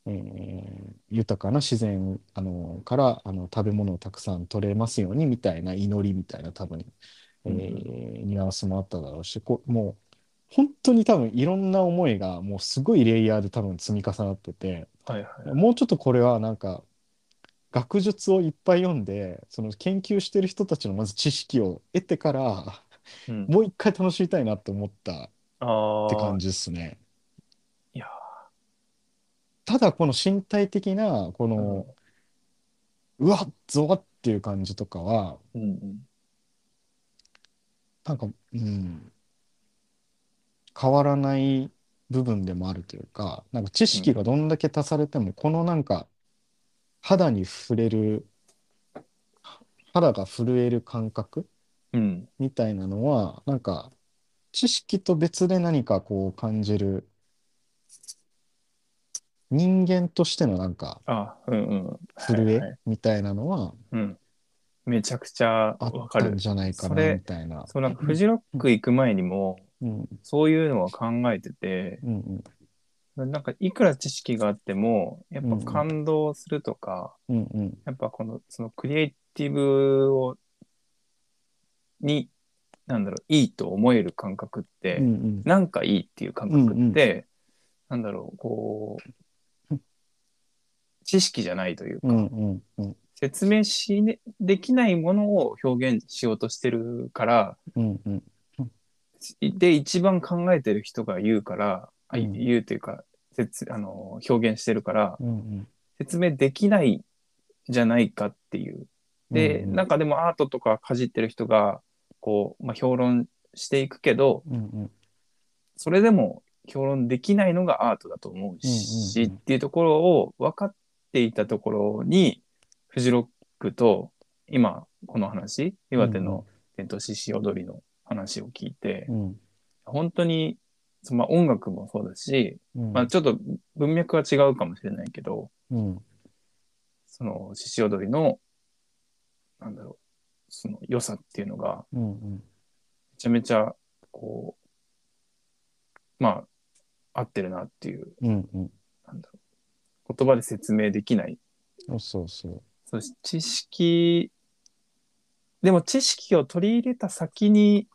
[SPEAKER 2] えー豊かな自然あのーからあの食べ物をたくさん取れますようにみたいな祈りみたいな多分、えーニュアンスもあっただろうしこうもう本当に多分いろんな思いがもうすごいレイヤーで多分積み重なってて。
[SPEAKER 4] はいはい
[SPEAKER 2] もうちょっとこれはなんか学術をいっぱい読んでその研究してる人たちのまず知識を得てから
[SPEAKER 4] うん
[SPEAKER 2] もう一回楽しみたいなと思ったっ
[SPEAKER 4] あ
[SPEAKER 2] て感
[SPEAKER 4] じ
[SPEAKER 2] じですね。
[SPEAKER 4] いや
[SPEAKER 2] ただこの身体的なこの、うわっゾワっていう感じとかは
[SPEAKER 4] うんうん
[SPEAKER 2] なんかうん変わらない部分でもあるというかなんか知識がどんだけ足されても、このなんか肌に触れる肌が震える感覚
[SPEAKER 4] うん
[SPEAKER 2] みたいなのはなんか知識と別で何かこう感じる人間としてのなんか
[SPEAKER 4] あうんうん
[SPEAKER 2] 震
[SPEAKER 4] はいは
[SPEAKER 2] え
[SPEAKER 4] い
[SPEAKER 2] みたいなのは
[SPEAKER 4] うんめちゃくちゃ
[SPEAKER 2] あ
[SPEAKER 4] わ
[SPEAKER 2] っ
[SPEAKER 4] か
[SPEAKER 2] たん
[SPEAKER 4] る
[SPEAKER 2] じゃないか
[SPEAKER 4] そ
[SPEAKER 2] な
[SPEAKER 4] れ
[SPEAKER 2] みたいな。
[SPEAKER 4] そうなんかフジロック行く前にも
[SPEAKER 2] うん
[SPEAKER 4] そういうのは考えてて
[SPEAKER 2] うんうん
[SPEAKER 4] なんかいくら知識があってもやっぱ感動するとか、
[SPEAKER 2] うんうん
[SPEAKER 4] やっぱこのそのクリエイティブをになんだろういいと思える感覚って、
[SPEAKER 2] うんうん
[SPEAKER 4] なんかいいっていう感覚って、なんだろうこ
[SPEAKER 2] う
[SPEAKER 4] う知識じゃないというか、
[SPEAKER 2] うんうんうん
[SPEAKER 4] 説明し、ね、できないものを表現しようとしてるから
[SPEAKER 2] うんうん
[SPEAKER 4] で一番考えてる人が言うから、あ
[SPEAKER 2] うん
[SPEAKER 4] 言うというか説あの表現してるから
[SPEAKER 2] うんうん
[SPEAKER 4] 説明できないじゃないかっていう。で、
[SPEAKER 2] うん
[SPEAKER 4] なんかでもアートとかかじってる人がこう、まあ、評論していくけど
[SPEAKER 2] うんうん
[SPEAKER 4] それでも評論できないのがアートだと思うし、
[SPEAKER 2] うんうんうん
[SPEAKER 4] っていうところを分かっていたところにフジロックと今この話岩手の伝統獅子踊りの話を聞いて、
[SPEAKER 2] うん
[SPEAKER 4] 本当にそのまあ音楽もそうだし、
[SPEAKER 2] うん
[SPEAKER 4] まあ、ちょっと文脈は違うかもしれないけど
[SPEAKER 2] うん
[SPEAKER 4] その獅子踊りのなんだろうその良さっていうのが
[SPEAKER 2] うんうん
[SPEAKER 4] めちゃめちゃこうまあ合ってるなっていう
[SPEAKER 2] うんうん
[SPEAKER 4] なんだろう言葉で説明できない
[SPEAKER 2] そうそうそう
[SPEAKER 4] そうし知識でも知識を取り入れた先に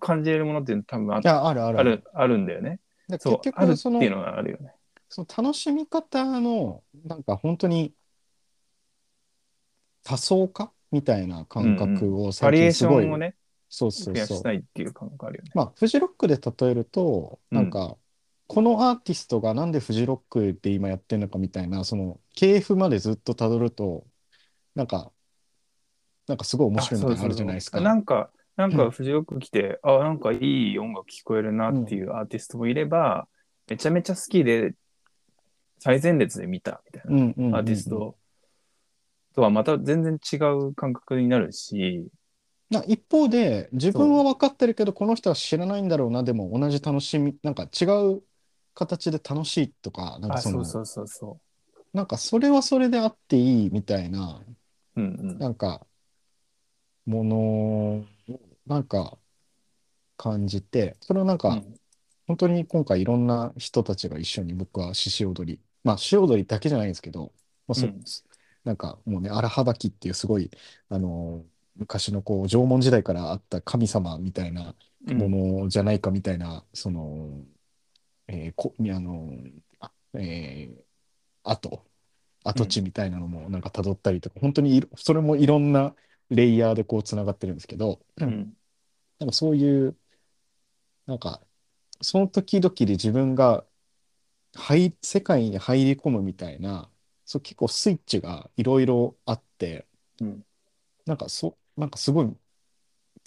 [SPEAKER 4] 感じれるものっていうの多分あ
[SPEAKER 2] いやあるある
[SPEAKER 4] あるあるんだよね。
[SPEAKER 2] で
[SPEAKER 4] そう
[SPEAKER 2] 結
[SPEAKER 4] あるって
[SPEAKER 2] 局そ
[SPEAKER 4] い
[SPEAKER 2] の
[SPEAKER 4] うのがあるよね。
[SPEAKER 2] その楽しみ方のなんか本当に多層化みたいな感覚を
[SPEAKER 4] バ
[SPEAKER 2] 最
[SPEAKER 4] リエー
[SPEAKER 2] 近
[SPEAKER 4] シ
[SPEAKER 2] す
[SPEAKER 4] ョ
[SPEAKER 2] ごい、
[SPEAKER 4] ンをね
[SPEAKER 2] そうそ
[SPEAKER 4] 増
[SPEAKER 2] う
[SPEAKER 4] や
[SPEAKER 2] そう
[SPEAKER 4] したいっていう感覚あるよね。
[SPEAKER 2] まあフジロックで例えると
[SPEAKER 4] うん
[SPEAKER 2] なんか、このアーティストがなんでフジロックで今やってるのかみたいなその系譜までずっとたどるとなんかなんかすごい面白いみたいなのあるじゃないですか
[SPEAKER 4] あそうそうそうなんかなんかフジロック来て、あ、なんかいい音楽聞こえるなっていうアーティストもいれば、めちゃめちゃ好きで、最前列で見たみたい
[SPEAKER 2] うんうんうんうん
[SPEAKER 4] なアーティストとはまた全然違う感覚になるし、
[SPEAKER 2] な一方で自分は分かってるけどこの人は知らないんだろうなでも同じ楽しみなんか違う形で楽しいとかなんか
[SPEAKER 4] あ、
[SPEAKER 2] そ
[SPEAKER 4] そ
[SPEAKER 2] の
[SPEAKER 4] うそうそうそ
[SPEAKER 2] なんかそれはそれであっていいみたいな
[SPEAKER 4] う。うんうん。
[SPEAKER 2] なんかものをなんか感じてそれをなん
[SPEAKER 4] う
[SPEAKER 2] か
[SPEAKER 4] ん
[SPEAKER 2] 本当に今回いろんな人たちが一緒に僕は獅子踊りまあ獅子踊りだけじゃないんですけど、まあそ
[SPEAKER 4] うん
[SPEAKER 2] なんかもうね荒はばきっていうすごいあの昔のこう縄文時代からあった神様みたいな
[SPEAKER 4] うん
[SPEAKER 2] ものじゃないかみたいな、その、えーこ、あの、あえー、跡、跡地みたいなのもなんか辿ったりとか、本当にいろそれもいろんなレイヤーでこうつながってるんですけど、
[SPEAKER 4] うん
[SPEAKER 2] なんかそういう、なんか、その時々で自分が入、世界に入り込むみたいな、そう結構スイッチがいろいろあって、
[SPEAKER 4] うん
[SPEAKER 2] なんかそ、なんかすごい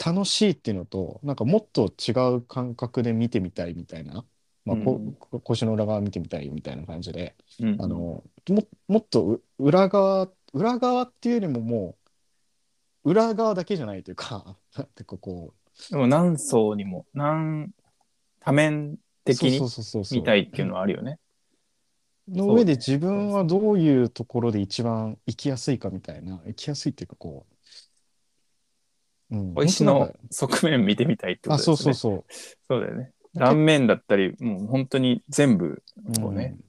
[SPEAKER 2] 楽しいっていうのと、なんかもっと違う感覚で見てみたいみたいな、まあ、こ
[SPEAKER 4] うん
[SPEAKER 2] こ腰の裏側見てみたいみたいな感じで、
[SPEAKER 4] うん
[SPEAKER 2] あの、も、もっとう裏側、裏側っていうよりももう、裏側だけじゃないというか、 なんていうかこう、
[SPEAKER 4] でも何層にも、何、多面的
[SPEAKER 2] そう
[SPEAKER 4] に
[SPEAKER 2] そうそうそう
[SPEAKER 4] 見たいっていうのはあるよね。
[SPEAKER 2] の上で自分はどういうところで一番行きやすいかみたいな行きやすいっていうかこう、うん、
[SPEAKER 4] おいし
[SPEAKER 2] 本当なん
[SPEAKER 4] の
[SPEAKER 2] か
[SPEAKER 4] 側面見てみたいってこと
[SPEAKER 2] あ
[SPEAKER 4] ですね。
[SPEAKER 2] そうそうそ
[SPEAKER 4] そ
[SPEAKER 2] う
[SPEAKER 4] うだよね。断面だったり、もう本当に全部、こうね。
[SPEAKER 2] うん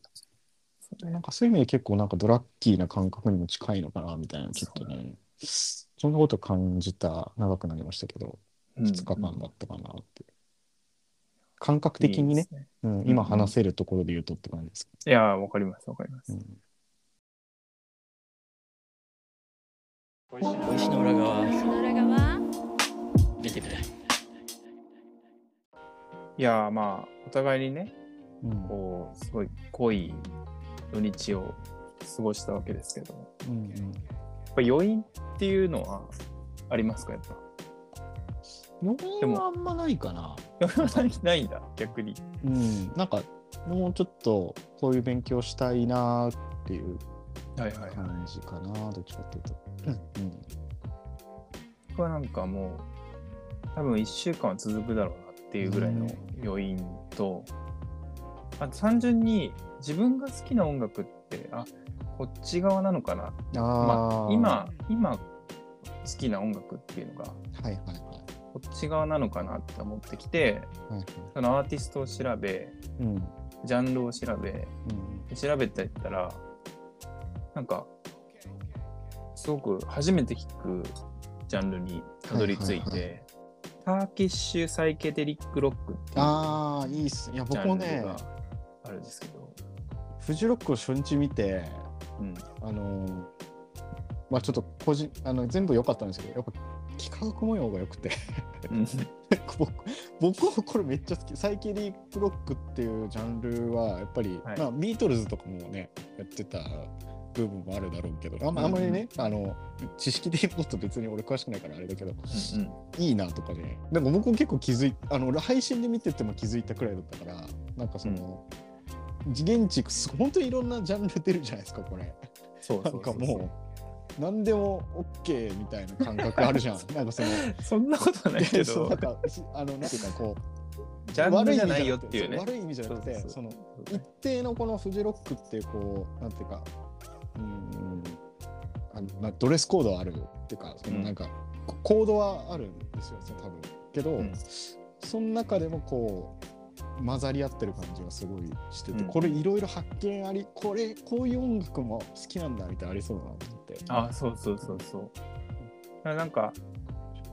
[SPEAKER 2] なんかそういう意味で結構なんかドラッキーな感覚にも近いのかなみたいなちょっとねそんなこと感じた長くなりましたけど
[SPEAKER 4] うん
[SPEAKER 2] 2日間だったかなって、感覚的に
[SPEAKER 4] いいで
[SPEAKER 2] ね
[SPEAKER 4] すね
[SPEAKER 2] うん、今話せるところで言うとって感じです
[SPEAKER 4] いやー、わかります、わかります。
[SPEAKER 6] 小石の裏側
[SPEAKER 5] その裏側
[SPEAKER 6] 見てみたい
[SPEAKER 4] いやー、まあ、お互いにね、
[SPEAKER 2] うんうん
[SPEAKER 4] こう、すごい濃い土日を過ごしたわけですけども、
[SPEAKER 2] うんうん
[SPEAKER 4] やっぱ余韻っていうのはありますか、やっぱ。
[SPEAKER 2] 余韻はあんまないかな
[SPEAKER 4] 余韻はないんだ、逆に。
[SPEAKER 2] うん、なんかもうちょっとこういう勉強したいなーっていう
[SPEAKER 4] はいはいはい。
[SPEAKER 2] 感じかな、どっちかっていうと。うん
[SPEAKER 4] 僕はなんかもう多分1週間は続くだろうなっていうぐらいの余韻と、あと単純に自分が好きな音楽ってあこっち側なのかな
[SPEAKER 2] あー、
[SPEAKER 4] まあ、今今好きな音楽っていうのが
[SPEAKER 2] はいはいはい
[SPEAKER 4] こっち側なのかなって思ってきて
[SPEAKER 2] はいはい。
[SPEAKER 4] そのアーティストを調べ
[SPEAKER 2] うんうん
[SPEAKER 4] ジャンルを調べ調べてったらなんかすごく初めて聞くジャンルにたどり着いて、
[SPEAKER 2] はいは
[SPEAKER 4] ターキッシュサイケデリックロックっていう
[SPEAKER 2] ああいいっすいや
[SPEAKER 4] ジ
[SPEAKER 2] 僕
[SPEAKER 4] ャ
[SPEAKER 2] も
[SPEAKER 4] ンル
[SPEAKER 2] ね
[SPEAKER 4] があるんですけど、
[SPEAKER 2] フジロックを初日見て
[SPEAKER 4] うん、
[SPEAKER 2] あのーまあちょっと個人あの全部良かったんですけどやっぱ企画模様が良くて僕僕はこれめっちゃ好きサイケリックロックっていうジャンルはやっぱり、
[SPEAKER 4] はい
[SPEAKER 2] まあ、ビートルズとかもねやってた部分もあるだろうけどあんま
[SPEAKER 4] うんうんん
[SPEAKER 2] あまりね、あの知識で言うと別に俺詳しくないからあれだけど、
[SPEAKER 4] うんうん
[SPEAKER 2] いいなとかねなんか僕も結構気づいあの俺配信で見てても気づいたくらいだったからなんかその、現地す本当にいろんなジャンル出るじゃないですかこれ。
[SPEAKER 4] そう
[SPEAKER 2] な
[SPEAKER 4] そ
[SPEAKER 2] ん
[SPEAKER 4] うそ
[SPEAKER 2] か
[SPEAKER 4] うそう
[SPEAKER 2] もう何でも OK みたいな感覚あ るじゃん。なんかその
[SPEAKER 4] そんなことはないけ
[SPEAKER 2] そ
[SPEAKER 4] ど
[SPEAKER 2] うなんかしあのなんていうかこう
[SPEAKER 4] ジャンルじゃないよっていうね
[SPEAKER 2] 悪意味じゃなくて
[SPEAKER 4] そうそう
[SPEAKER 2] その
[SPEAKER 4] そう
[SPEAKER 2] 一定のこのフジロックってこうなんていうかうんあの、まあ、ドレスコードはあるっていうかその
[SPEAKER 4] うん
[SPEAKER 2] なんか、こコードはあるんですよその多分けど、
[SPEAKER 4] うん
[SPEAKER 2] その中でもこう混ざり合ってる感じがすごいしてて、
[SPEAKER 4] うん
[SPEAKER 2] これいろいろ発見ありこれこういう音楽も好きなんだみたいなのありそうだなと思って。
[SPEAKER 4] あそうそうそうそうだからなんか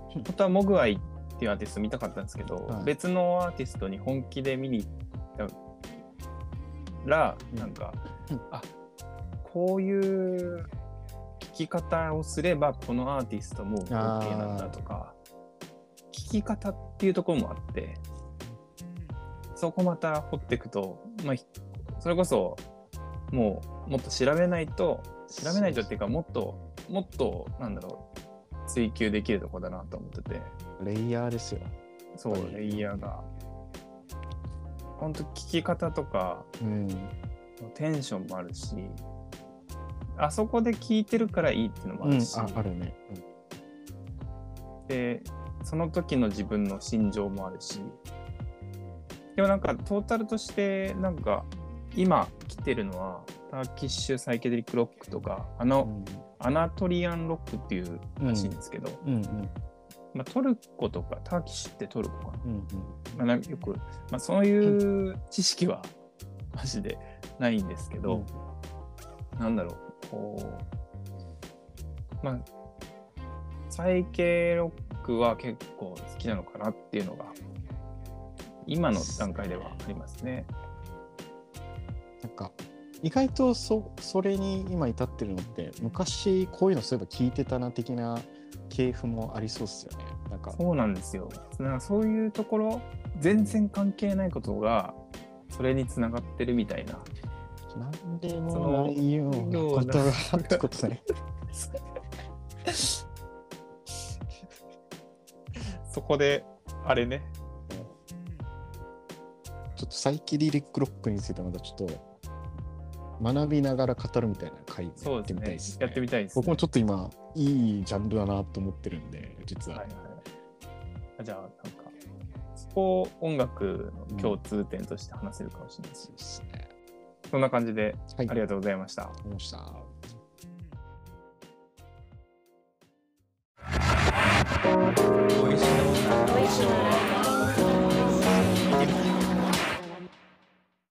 [SPEAKER 4] 本当はモグアイっていうアーティスト見たかったんですけど、
[SPEAKER 2] はい
[SPEAKER 4] 別のアーティストに本気で見に行ったら
[SPEAKER 2] うん
[SPEAKER 4] なんか、
[SPEAKER 2] うん
[SPEAKER 4] あこういう聞き方をすればこのアーティストも OK なんだとか聞き方っていうところもあってそこまた掘っていくと、まあ、ひそれこそもうもっと調べないと調べないとっていうかもっともっとなんだろう追求できるとこだなと思ってて
[SPEAKER 2] レイヤーですよ。
[SPEAKER 4] そ
[SPEAKER 2] やっ
[SPEAKER 4] う
[SPEAKER 2] ぱり
[SPEAKER 4] レイヤーが本当聞き方とか
[SPEAKER 2] うん。
[SPEAKER 4] テンションもあるしあそこで聞いてるからいいっていうのもあ
[SPEAKER 2] う
[SPEAKER 4] る
[SPEAKER 2] ん、
[SPEAKER 4] し、
[SPEAKER 2] あ、あるね。
[SPEAKER 4] でその時の自分の心情もあるしでもなんかトータルとしてなんか今来てるのはターキッシュサイケデリックロックとかあ
[SPEAKER 2] う
[SPEAKER 4] の、
[SPEAKER 2] ん。
[SPEAKER 4] アナトリアンロックっていう
[SPEAKER 2] うん。
[SPEAKER 4] らしいんですけど、
[SPEAKER 2] うんうん
[SPEAKER 4] まあ、トルコとかターキッシュってトルコか
[SPEAKER 2] うん
[SPEAKER 4] な,、まあ、なんかよく、まあ、そういう知識はマジでないんですけ
[SPEAKER 2] う
[SPEAKER 4] ど
[SPEAKER 2] ん、。
[SPEAKER 4] なんだろうこうまあサイケロックは結構好きなのかなっていうのが今の段階ではありますね。
[SPEAKER 2] なんか意外とそそれに今至ってるのって昔こういうのそういえば聞いてたな的な系譜もありそうっすよね。なんか
[SPEAKER 4] そうなんですよ。なんかそういうところ全然関係ないことがそれにつながってるみたいな。
[SPEAKER 2] なんでもないようなことがあってこ とね。
[SPEAKER 4] そこであれね
[SPEAKER 2] ちょっとサイキリリックロックについてまたちょっと学びながら語るみたいな回
[SPEAKER 4] そうですねやってみたいです、ね。
[SPEAKER 2] 僕もちょっと今いいジャンルだなと思ってるんで実は、
[SPEAKER 4] はいはいあじゃあなんかそこを音楽の共通点として話せるかもしれないです。
[SPEAKER 2] そうですね。
[SPEAKER 4] そんな感じで
[SPEAKER 2] はい、
[SPEAKER 4] ありがとうございました。
[SPEAKER 2] うございました。
[SPEAKER 1] おいしいもの